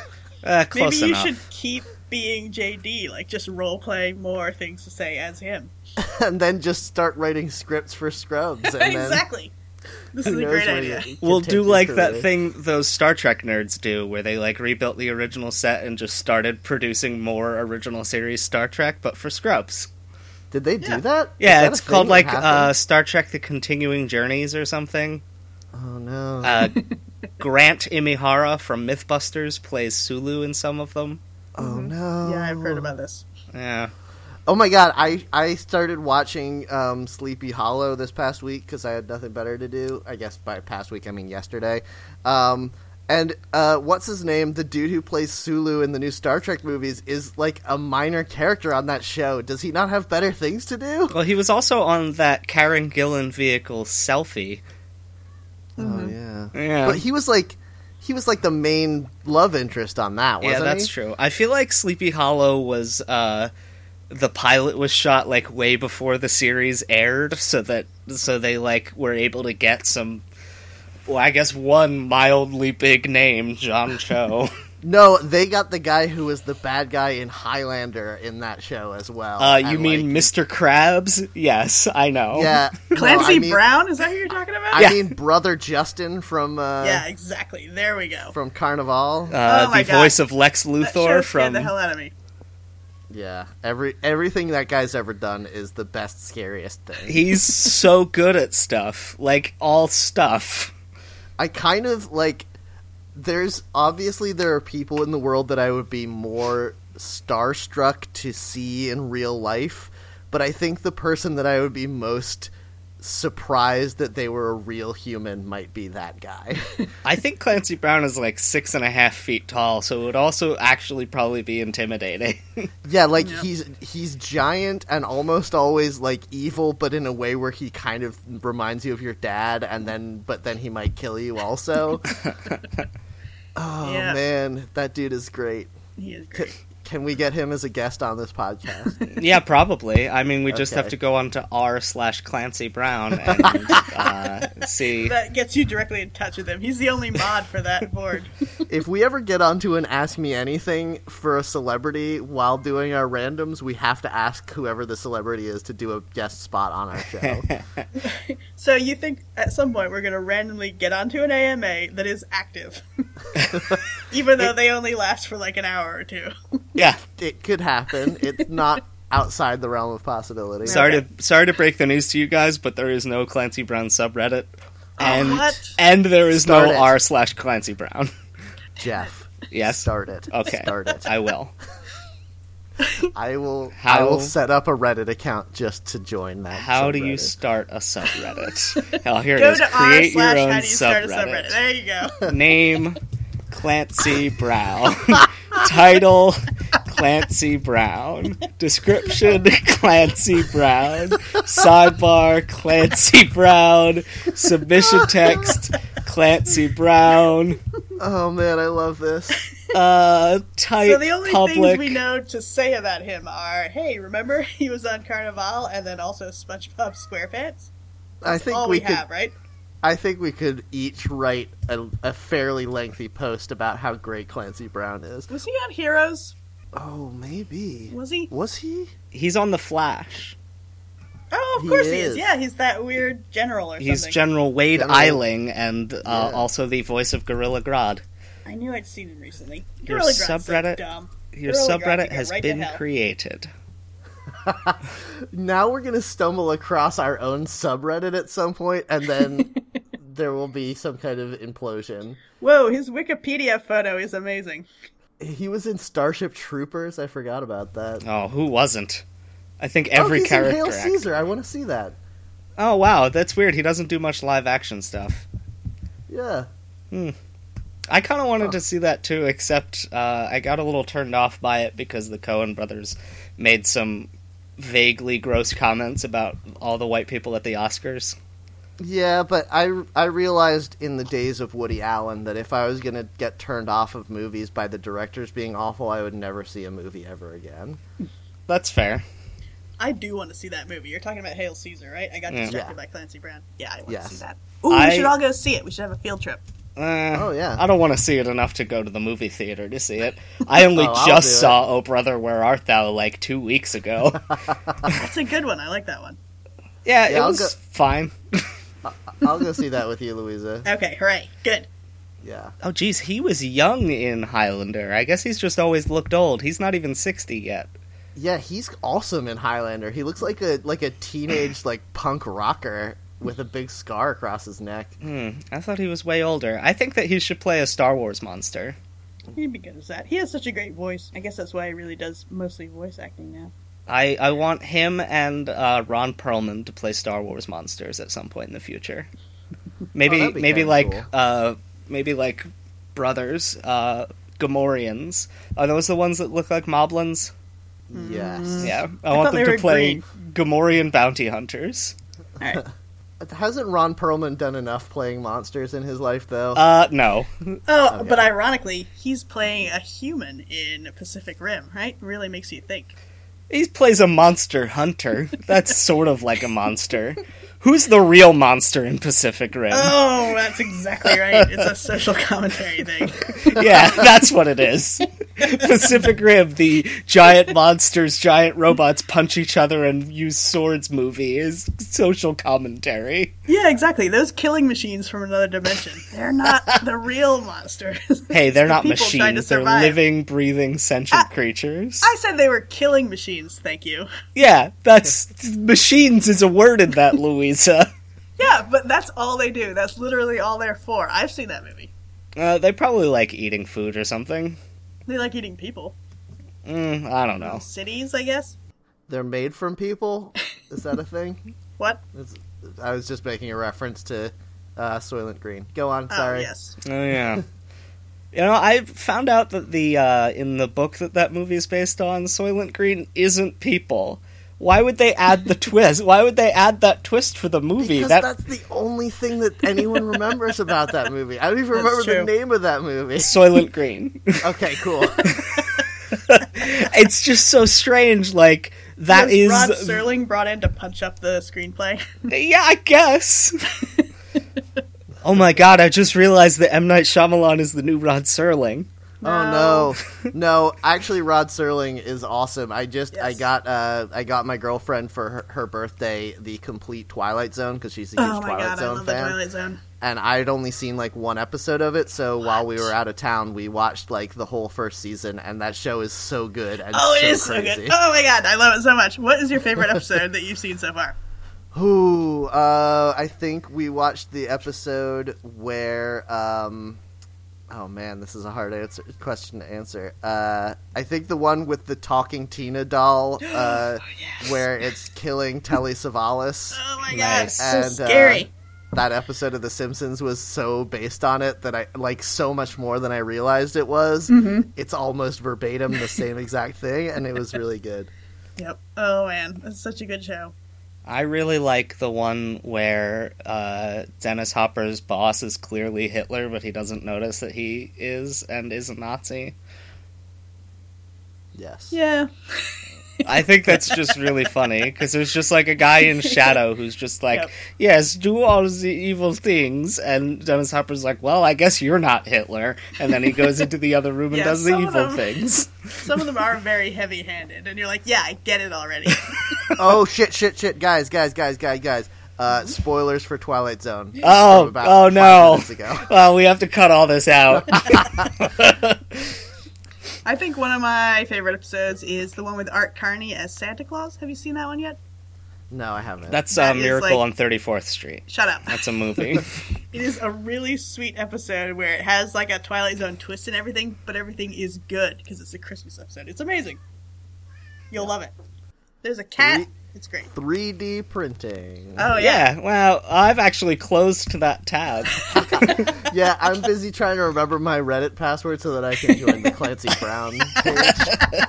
B: Uh,
C: maybe
B: close
C: you
B: enough.
C: should keep being JD, like just role play more things to say as him.
A: and then just start writing scripts for Scrubs. And Then,
C: exactly. This
A: Who
C: is a
A: knows
C: great
A: where
C: idea.
A: you- you could
B: we'll
A: take
B: do
A: your
B: like that
A: career.
B: thing those Star Trek nerds do, where they like rebuilt the original set and just started producing more original series Star Trek, but for Scrubs.
A: Did they do
C: Yeah.
A: that? Is
B: Yeah,
A: that a
B: it's
A: thing
B: called
A: that
B: like
A: happened?
B: uh, Star Trek: The Continuing Journeys or something.
A: oh no.
B: Uh, Grant Imihara from MythBusters plays Sulu in some of them.
A: Oh no!
C: Mm-hmm. Yeah, I've heard about this.
B: Yeah.
A: Oh my god! I I started watching um, Sleepy Hollow this past week because I had nothing better to do. I guess by past week I mean yesterday. Um, and uh, what's his name? The dude who plays Sulu in the new Star Trek movies is like a minor character on that show. Does he not have better things to do?
B: Well, he was also on that Karen Gillan vehicle selfie.
C: Mm-hmm.
A: Oh yeah.
B: Yeah.
A: But he was like, he was like the main love interest on that, wasn't
B: yeah, that's
A: he?
B: true. I feel like Sleepy Hollow was uh the pilot was shot like way before the series aired so that so they like were able to get some well, I guess one mildly big name, John Cho.
A: No, they got the guy who was the bad guy in Highlander in that show as well.
B: Uh, you
A: And,
B: mean
A: like,
B: Mr. Krabs? Yes, I know.
A: Yeah, no,
C: Clancy
A: I mean,
C: Brown? Is that who you're talking about?
A: I
B: Yeah.
A: mean brother Justin from uh,
C: yeah, exactly. There we go.
A: from Carnival.
B: Uh,
C: Oh my
B: the
C: God.
B: voice of Lex
C: That show
B: Luthor
C: scared
B: from
C: the hell out of me.
A: yeah, every everything that guy's ever done is the best, scariest thing.
B: He's so good at stuff, like all stuff.
A: I kind of like. There's obviously there are people in the world that I would be more starstruck to see in real life, but I think the person that I would be most surprised that they were a real human might be that guy.
B: I think Clancy Brown is like six and a half feet tall, so it would also actually probably be intimidating.
A: Yeah, like
C: Yep.
A: he's he's giant and almost always like evil, but in a way where he kind of reminds you of your dad, and then but then he might kill you also. oh
C: Yeah.
A: man, that dude is great.
C: He is
A: C-
C: great.
A: can we get him as a guest on this podcast?
B: yeah, probably. I mean, we just
A: Okay.
B: have to go on to r slash Clancy Brown and uh, see.
C: That gets you directly in touch with him. He's the only mod for that board.
A: if we ever get onto an Ask Me Anything for a celebrity while doing our randoms, we have to ask whoever the celebrity is to do a guest spot on our show.
C: So you think at some point we're going to randomly get onto an AMA that is active, even though they only last for like an hour or two.
B: Yeah,
A: it could happen. It's not outside the realm of possibility.
B: sorry to sorry to break the news to you guys, but there is no Clancy Brown subreddit, and
C: Uh, what?
B: and there is
A: Start
B: no
A: it.
B: r slash Clancy Brown.
A: Jeff.
B: yes,
A: Start it.
B: Okay.
A: Start it.
B: I will.
A: I will. I
B: How-
A: will set up a Reddit account just to join that.
B: How do you
A: subreddit.
B: start a subreddit? Hell, here
C: Go
B: it is.
C: to r
B: Create
C: slash
B: your own
C: how do you start a subreddit.
B: subreddit.
C: There you go.
B: Name Clancy Brown. Title Clancy Brown. Description Clancy Brown. Sidebar Clancy Brown. Submission text Clancy Brown.
A: Oh man, I love this.
B: Uh, type
C: So the only things
B: public.
C: we know to say about him are, hey, remember he was on Carnival and then also SpongeBob SquarePants.
A: I think
C: All
A: we,
C: we,
A: could.
C: have, right?
A: I think we could each write a, a fairly lengthy post about how great Clancy Brown is.
C: Was he on Heroes?
A: Oh, maybe
C: Was he?
A: was he?
B: He's on the Flash.
C: Oh, of
A: He
C: course he
A: is.
C: is. Yeah, he's that weird general or
B: He's
C: something.
B: General Wade
A: General-
B: Eiling and uh,
A: Yeah.
B: also the voice of Gorilla Grodd.
C: I knew I'd seen him recently.
B: Your
C: Gorilla Grodd's so
B: subreddit-
C: dumb.
B: Your
C: Gorilla Grodd
B: subreddit
C: could go
B: has
C: right to
B: been
C: hell.
B: created.
A: Now we're gonna stumble across our own subreddit at some point, and then there will be some kind of implosion.
C: Whoa, his Wikipedia photo is amazing.
A: He was in Starship Troopers. I forgot about that.
B: Oh, who wasn't? I think
A: Oh,
B: every
A: he's in
B: character.
A: Hail
B: act-
A: Caesar. I want to see that.
B: Oh wow, that's weird. He doesn't do much live action stuff.
A: Yeah.
B: I kind of
A: Oh.
B: wanted to see that too, except uh, I got a little turned off by it because the Cohen brothers made some vaguely gross comments about all the white people at the Oscars.
A: Yeah, but I I realized in the days of Woody Allen that if I was going to get turned off of movies by the directors being awful, I would never see a movie ever again.
B: That's fair.
C: I do want to see that movie. You're talking about Hail Caesar, right? I got
B: Yeah.
C: distracted
A: Mm. Yeah.
C: by Clancy Brown. Yeah, I want
A: Yes.
C: to see that. Ooh,
B: I-
C: we should all go see it. We should have a field trip.
B: Uh,
A: Oh, yeah.
B: I don't want to see it enough to go to the movie theater to see it. I only
A: Oh, I'll do
B: just
A: it.
B: saw "Oh Brother, Where Art Thou" like two weeks ago.
C: That's a good one. I like that one.
B: yeah,
A: Yeah,
B: it
A: I'll
B: was
A: go-
B: fine.
A: I'll go see that with you, Louisa.
C: Okay, hooray. Good.
A: Yeah.
B: Oh, geez, he was young in Highlander. I guess he's just always looked old. He's not even 60 yet.
A: Yeah, he's awesome in Highlander. He looks like a like a teenage like punk rocker with a big scar across his neck.
B: Hmm, I thought he was way older. I think that he should play a Star Wars monster.
C: He'd be good as that. He has such a great voice. I guess that's why he really does mostly voice acting now.
B: I, I want him and uh, Ron Perlman to play Star Wars monsters at some point in the future.
C: Oh,
B: Maybe
A: that'd be
B: maybe
A: kinda
B: like
A: cool.
B: uh, maybe like brothers, uh, Gamorreans. Are those the ones that look like Moblins?
A: Yes.
B: Yeah, I,
C: I
B: want
C: thought
B: them
C: they
B: to
C: were
B: play
C: green.
B: Gamorrean bounty hunters.
C: All right. Mm.
A: Hasn't Ron Perlman done enough playing monsters in his life, though?
B: Uh, no,
C: Oh,
A: Okay.
C: but ironically, he's playing a human in Pacific Rim, right? Really makes you think.
B: he plays a monster hunter. That's sort of like a monster. Who's the real monster in Pacific Rim?
C: Oh, that's exactly right. It's a social commentary thing.
B: yeah, that's what it is. Pacific Rim, the giant monsters, giant robots punch each other and use swords movie is social commentary.
C: Yeah, exactly. Those killing machines from another dimension. They're not the real monsters.
B: Hey, they're not
C: people trying to
B: machines, they're
C: survive. Ah,
B: living, breathing, sentient creatures.
C: I said they were killing machines, thank you.
B: yeah, that's machines is a word in that, Louisa.
C: Yeah, but that's all they do. That's literally all they're for. I've seen that movie.
B: Uh, they probably like eating food or something.
C: They like eating people.
B: Mm, I don't know.
C: Cities, I guess.
A: They're made from people? Is that a thing?
C: What?
A: It's, I was just making a reference to uh, Soylent Green. Go on,
C: Oh,
A: sorry.
C: yes.
B: Oh yeah. You know, I found out that the uh, in the book that that movie is based on, Soylent Green isn't people. Why would they add the twist? Why would they add that twist for the movie?
A: Because
B: That
A: that's the only thing that anyone remembers about that movie. I don't even
C: That's
A: remember the
C: true.
A: name of that movie.
B: Soylent Green.
A: Okay, cool.
B: it's just so strange. Like that
C: Was
B: is,
C: Rod Serling brought in to punch up the screenplay.
B: yeah, I guess. oh my god! I just realized that M Night Shyamalan is the new Rod Serling.
A: Oh no, no! Actually, Rod Serling is awesome. I just I
C: Yes.
A: got uh I got my girlfriend for her, her birthday the complete Twilight Zone because she's a huge
C: Oh my
A: Twilight
C: god, I
A: Zone
C: love
A: fan,
C: the Twilight Zone.
A: and I'd only seen like one episode of it. So while we
C: What?
A: were out of town, we watched like the whole first season, and that show is so good and
C: Oh,
A: so
C: it is
A: crazy.
C: so good. Oh my god, I love it so much. What is your favorite episode that you've seen so far?
A: Who? Uh, I think we watched the episode where. Um, oh man, this is a hard answer question to answer. Uh, I think the one with the talking Tina doll, uh,
C: Oh, yes.
A: where it's killing Telly Savalas.
C: Oh my god,
B: Nice.
C: so
A: And, uh,
C: scary.
A: That episode of The Simpsons was so based on it that I like so much more than I realized it was.
C: Mm. Mm-hmm.
A: It's almost verbatim the same exact thing, and it was really good.
C: Yep. Oh man, that's such a good show.
B: I really like the one where uh, Dennis Hopper's boss is clearly Hitler, but he doesn't notice that he is and is a Nazi.
A: Yes.
C: Yeah.
B: I think that's just really funny because there's just like a guy in shadow who's just like,
C: Yep.
B: "Yes, do all the evil things," and Dennis Hopper's like, "Well, I guess you're not Hitler," and then he goes into the other room and
C: Yeah,
B: does the
C: some of
B: evil
C: them.
B: things.
C: Some of them are very heavy handed, and you're like, yeah, I get it already.
A: oh shit, shit, shit, guys, guys, guys, guys, guys. Uh, spoilers for Twilight Zone.
B: Oh,
A: From about
B: oh,
A: five
B: no.
A: minutes ago.
B: Well, we have to cut all this out.
C: I think one of my favorite episodes is the one with Art Carney as Santa Claus. Have you seen that one yet?
A: No, I haven't.
B: That's uh,
C: That is,
B: Miracle
C: like-
B: on 34th Street.
C: Shut up.
B: That's a movie.
C: It is a really sweet episode where it has like a Twilight Zone twist and everything, but everything is good because it's a Christmas episode. It's amazing. You'll love it. There's a cat.
A: Three-
C: It's great.
A: 3D printing.
C: Oh yeah.
B: yeah. Wow. I've actually closed that tab.
A: yeah, I'm busy trying to remember my Reddit password so that I can join the Clancy Brown page.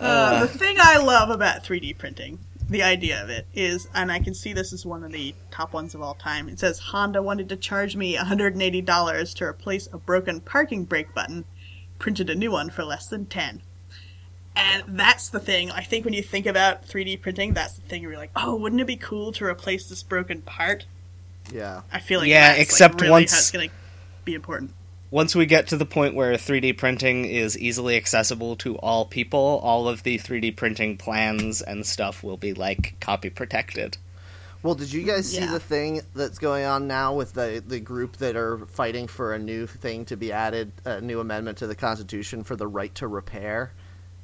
C: Uh, the thing I love about 3D printing, the idea of it, is, and I can see this is one of the top ones of all time. It says Honda wanted to charge me $180 to replace a broken parking brake button, printed a new one for less than 10 and that's the thing. I think when you think about 3D printing, that's the thing where you're like, oh, wouldn't it be cool to replace this broken part?
A: Yeah.
C: I feel like
B: Yeah,
C: that's, like,
B: except
C: really
B: once-
C: how it's going to be important.
B: Once we get to the point where 3D printing is easily accessible to all people, all of the 3D printing plans and stuff will be like copy protected.
A: Well, did you guys see
C: Yeah.
A: the thing that's going on now with the the group that are fighting for a new thing to be added, a new amendment to the Constitution for the right to repair?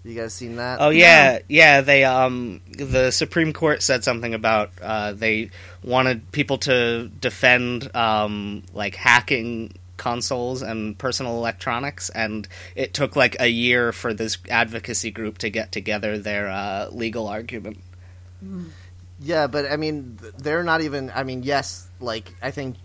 A: You guys seen that?
B: Oh yeah, yeah. They um, the Supreme Court said something about uh, they wanted people to defend um, like hacking consoles and personal electronics, and it took like a year for this advocacy group to get together their uh, legal argument.
A: Yeah, but I mean, th- they're not even. I mean, yes, like I think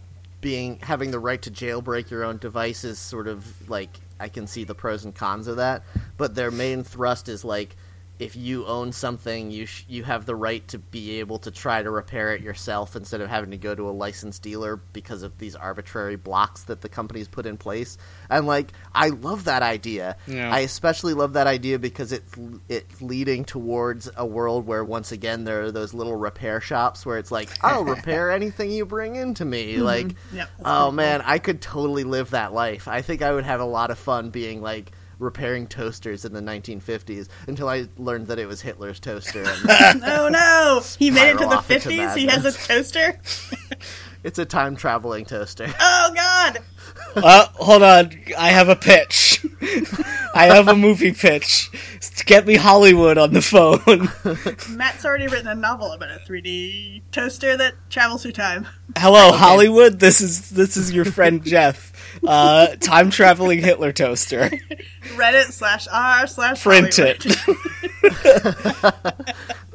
A: being having the right to jailbreak your own device is sort of like I can see the pros and cons of that. But their main thrust is like, if you own something, you sh- you have the right to be able to try to repair it yourself instead of having to go to a licensed dealer because of these arbitrary blocks that the companies put in place. And like, I love that idea.
B: Yeah.
A: I especially love that idea because it's it's leading towards a world where once again there are those little repair shops where it's like I'll repair anything you bring into me. Like,
C: Mm-hmm. Yeah, that's pretty
A: oh
C: cool.
A: man, I could totally live that life. I think I would have a lot of fun being like repairing toasters in the 1950s until I learned that it was Hitler's toaster. And
C: Oh no! He made it to
A: Spiral
C: the
A: off into
C: 50s? He has a toaster?
A: it's a time traveling toaster.
C: Oh god!
B: Uh, hold on. I have a pitch. I have a movie pitch. Get me Hollywood on the phone.
C: Matt's already written a novel about a 3D toaster that travels through time.
B: Hello, Hollywood. This is this is your friend Jeff. Uh, time traveling Hitler toaster.
C: Reddit slash r slash
B: Print
C: Hollywood.
B: it.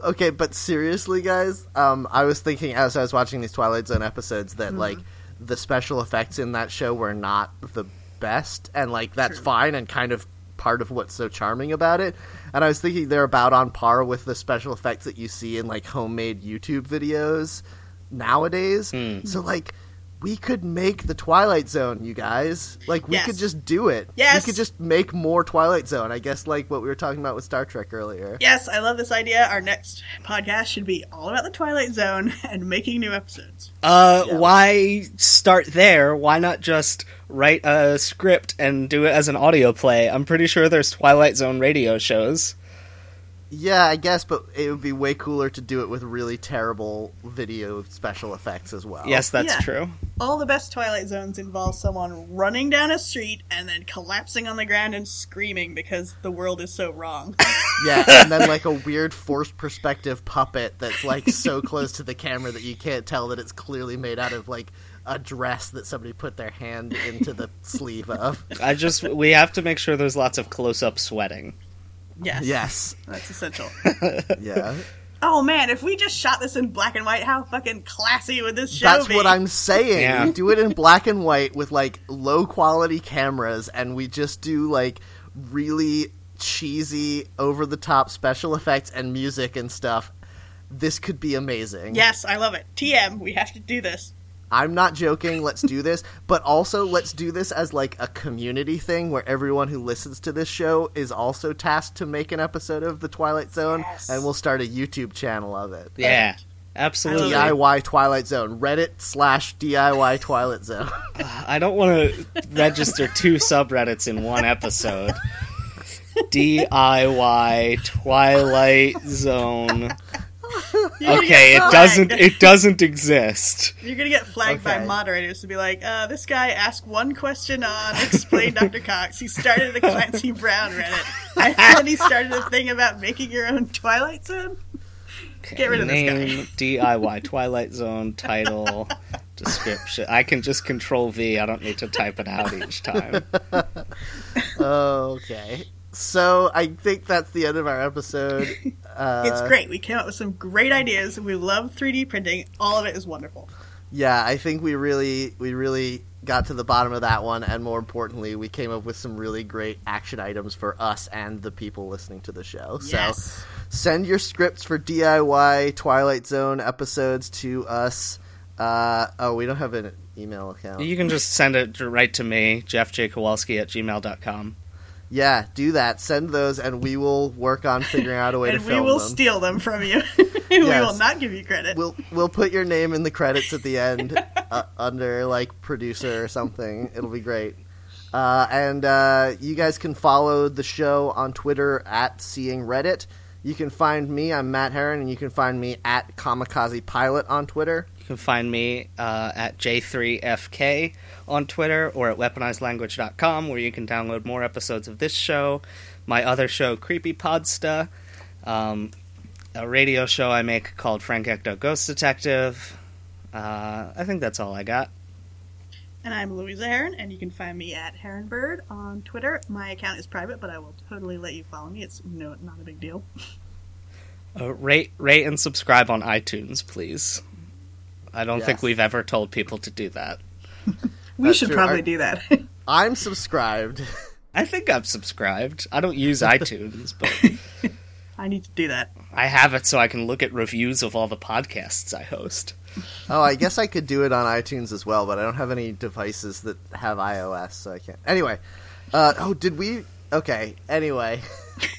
A: okay, but seriously, guys, um, I was thinking as I was watching these Twilight Zone episodes
C: Mm-hmm.
A: that like the special effects in that show were not the best, and like that's fine and kind of part of what's so charming about it. And I was thinking they're about on par with the special effects that you see in like homemade YouTube videos nowadays.
C: Hmm.
A: So like. We could make the Twilight Zone, you guys. Like we
C: Yes.
A: could just do it.
C: Yes.
A: We could just make more Twilight Zone. I guess like what we were talking about with Star Trek earlier.
C: Yes, I love this idea. Our next podcast should be all about the Twilight Zone and making new episodes.
B: Uh,
A: Yeah.
B: Why start there? Why not just write a script and do it as an audio play? I'm pretty sure there's Twilight Zone radio shows.
A: Yeah, I guess, but it would be way cooler to do it with really terrible video special effects as well.
B: Yes, that's
C: Yeah.
B: true.
C: All the best Twilight Zones involve someone running down a street and then collapsing on the ground and screaming because the world is so wrong.
A: Yeah, and then like a weird forced perspective puppet that's like so close to the camera that you can't tell that it's clearly made out of like a dress that somebody put their hand into the sleeve of.
B: I just we have to make sure there's lots of close-up sweating.
C: Yes.
A: Yes.
C: That's essential.
A: Yeah.
C: oh man, if we just shot this in black and white, how fucking classy would this show
A: That's
C: be?
A: what I'm saying.
B: Yeah.
A: We do it in black and white with like low quality cameras, and we just do like really cheesy, over the top special effects and music and stuff. This could be amazing.
C: Yes, I love it. TM, we have to do this.
A: I'm not joking. Let's do this. But also, let's do this as like a community thing where everyone who listens to this show is also tasked to make an episode of The Twilight Zone,
C: Yes.
A: and we'll start a YouTube channel of it.
B: Yeah, absolutely.
A: DIY Twilight Zone. Reddit slash DIY Twilight Zone.
B: I don't want to register two subreddits in one episode. DIY Twilight Zone.
C: You're gonna
B: Okay,
C: get
B: it
C: flagged.
B: doesn't it doesn't exist.
C: You're gonna get flagged
A: Okay.
C: by moderators to be like, uh, this guy asked one question on Explain Dr. Cox. He started the Clancy Brown Reddit. And then he started a thing about making your own Twilight Zone. Get rid of this guy.
B: Name, DIY Twilight Zone title description. I can just control V. I don't need to type it out each time.
A: okay. So I think that's the end of our episode. Uh,
C: It's great. We came up with some great ideas. We love 3D printing. All of it is wonderful.
A: Yeah, I think we really we really got to the bottom of that one, and more importantly, we came up with some really great action items for us and the people listening to the show. So
C: Yes.
A: send your scripts for DIY Twilight Zone episodes to us. Uh, oh, we don't have an email account.
B: You can just send it right to me, Jeff J. Kowalski at gmail.com.
A: yeah, do that. Send those, and we will work on figuring out a way to
C: And we
A: film
C: will
A: them.
C: steal them from you. we
A: Yes.
C: will not give you credit.
A: we'll we'll put your name in the credits at the end uh, under like producer or something. It'll be great. Uh, and uh, you guys can follow the show on Twitter at Seeing Reddit. You can find me. I'm Matt Heron, and you can find me at Kamikaze Pilot on Twitter.
B: You can find me uh, at J3FK on Twitter or at weaponizedlanguage.com where you can download more episodes of this show, my other show, Creepy Podsta, um, a radio show I make called Frank Ecto Ghost Detective. Uh, I think that's all I got.
C: And I'm Louisa Heron, and you can find me at Heronbird on Twitter. My account is private, but I will totally let you follow me. It's no, not a big deal.
B: Uh, rate, rate, and subscribe on iTunes, please. I don't think
A: Yes.
B: we've ever told people to do that.
C: We
A: That's
C: should
A: true.
C: probably
A: Our-
C: do that.
A: I'm subscribed.
B: I think I've subscribed. I don't use iTunes, but
C: I need to do that.
B: I have it so I can look at reviews of all the podcasts I host.
A: Oh, I guess I could do it on iTunes as well, but I don't have any devices that have iOS, so I can't. Anyway, uh, oh, did we? Okay. Anyway,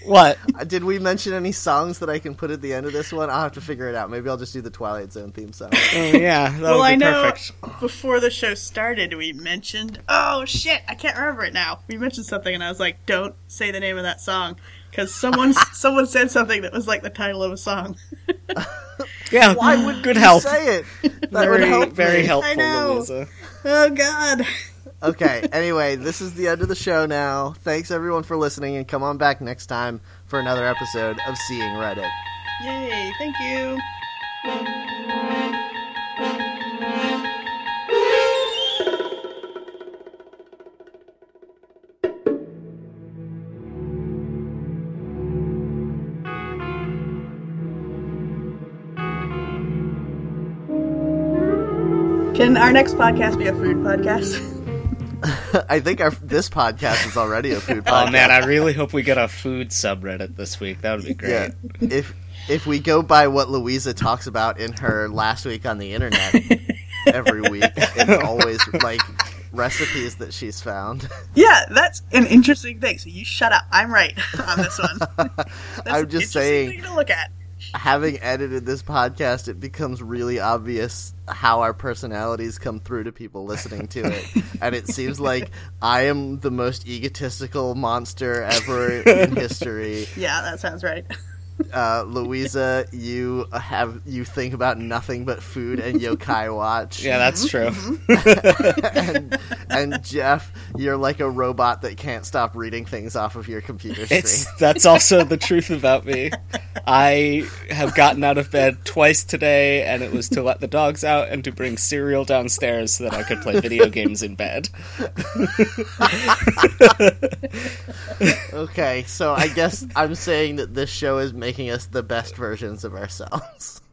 B: What?
A: did we mention any songs that I can put at the end of this one? I'll have to figure it out. Maybe I'll just do the Twilight Zone theme song.
B: Oh, yeah, that
C: well,
B: would be
C: I know
B: perfect.
C: before the show started, we mentioned. Oh shit, I can't remember it now. We mentioned something, and I was like, "Don't say the name of that song," because someone someone said something that was like the title of a song.
B: Yeah,
A: Why would
B: good
A: you
B: help.
A: Say it. That would
B: very,
A: help.
B: very
A: me.
B: helpful,
C: I know.
B: Louisa.
C: Oh god.
A: Okay. Anyway, this is the end of the show now. Thanks everyone for listening, and come on back next time for another episode of Seeing Reddit.
C: Yay! Thank you. Can our next podcast be a food podcast?
A: I think our this podcast is already a food podcast.
B: Oh man, I really hope we get a food subreddit this week. That would be great.
A: Yeah. If if we go by what Louisa talks about in her last week on the internet every week, it's always like recipes that she's found.
C: yeah, that's an interesting thing. So you shut up. I'm right on this one.
A: I'm
C: That's an
A: just
C: interesting
A: saying-
C: Thing to look at.
A: Having edited this podcast, it becomes really obvious how our personalities come through to people listening to it. And it seems like I am the most egotistical monster ever in history.
C: Yeah, that sounds right.
A: Uh, Louisa, you have you think about nothing but food and yokai watch.
B: Yeah, that's
A: Mm-hmm,
B: true.
A: and, and Jeff, you're like a robot that can't stop reading things off of your computer screen.
B: It's that's also the truth about me. I have gotten out of bed twice today, and it was to let the dogs out and to bring cereal downstairs so that I could play video games in bed.
A: Okay, so I guess I'm saying that this show is making us the best versions of ourselves.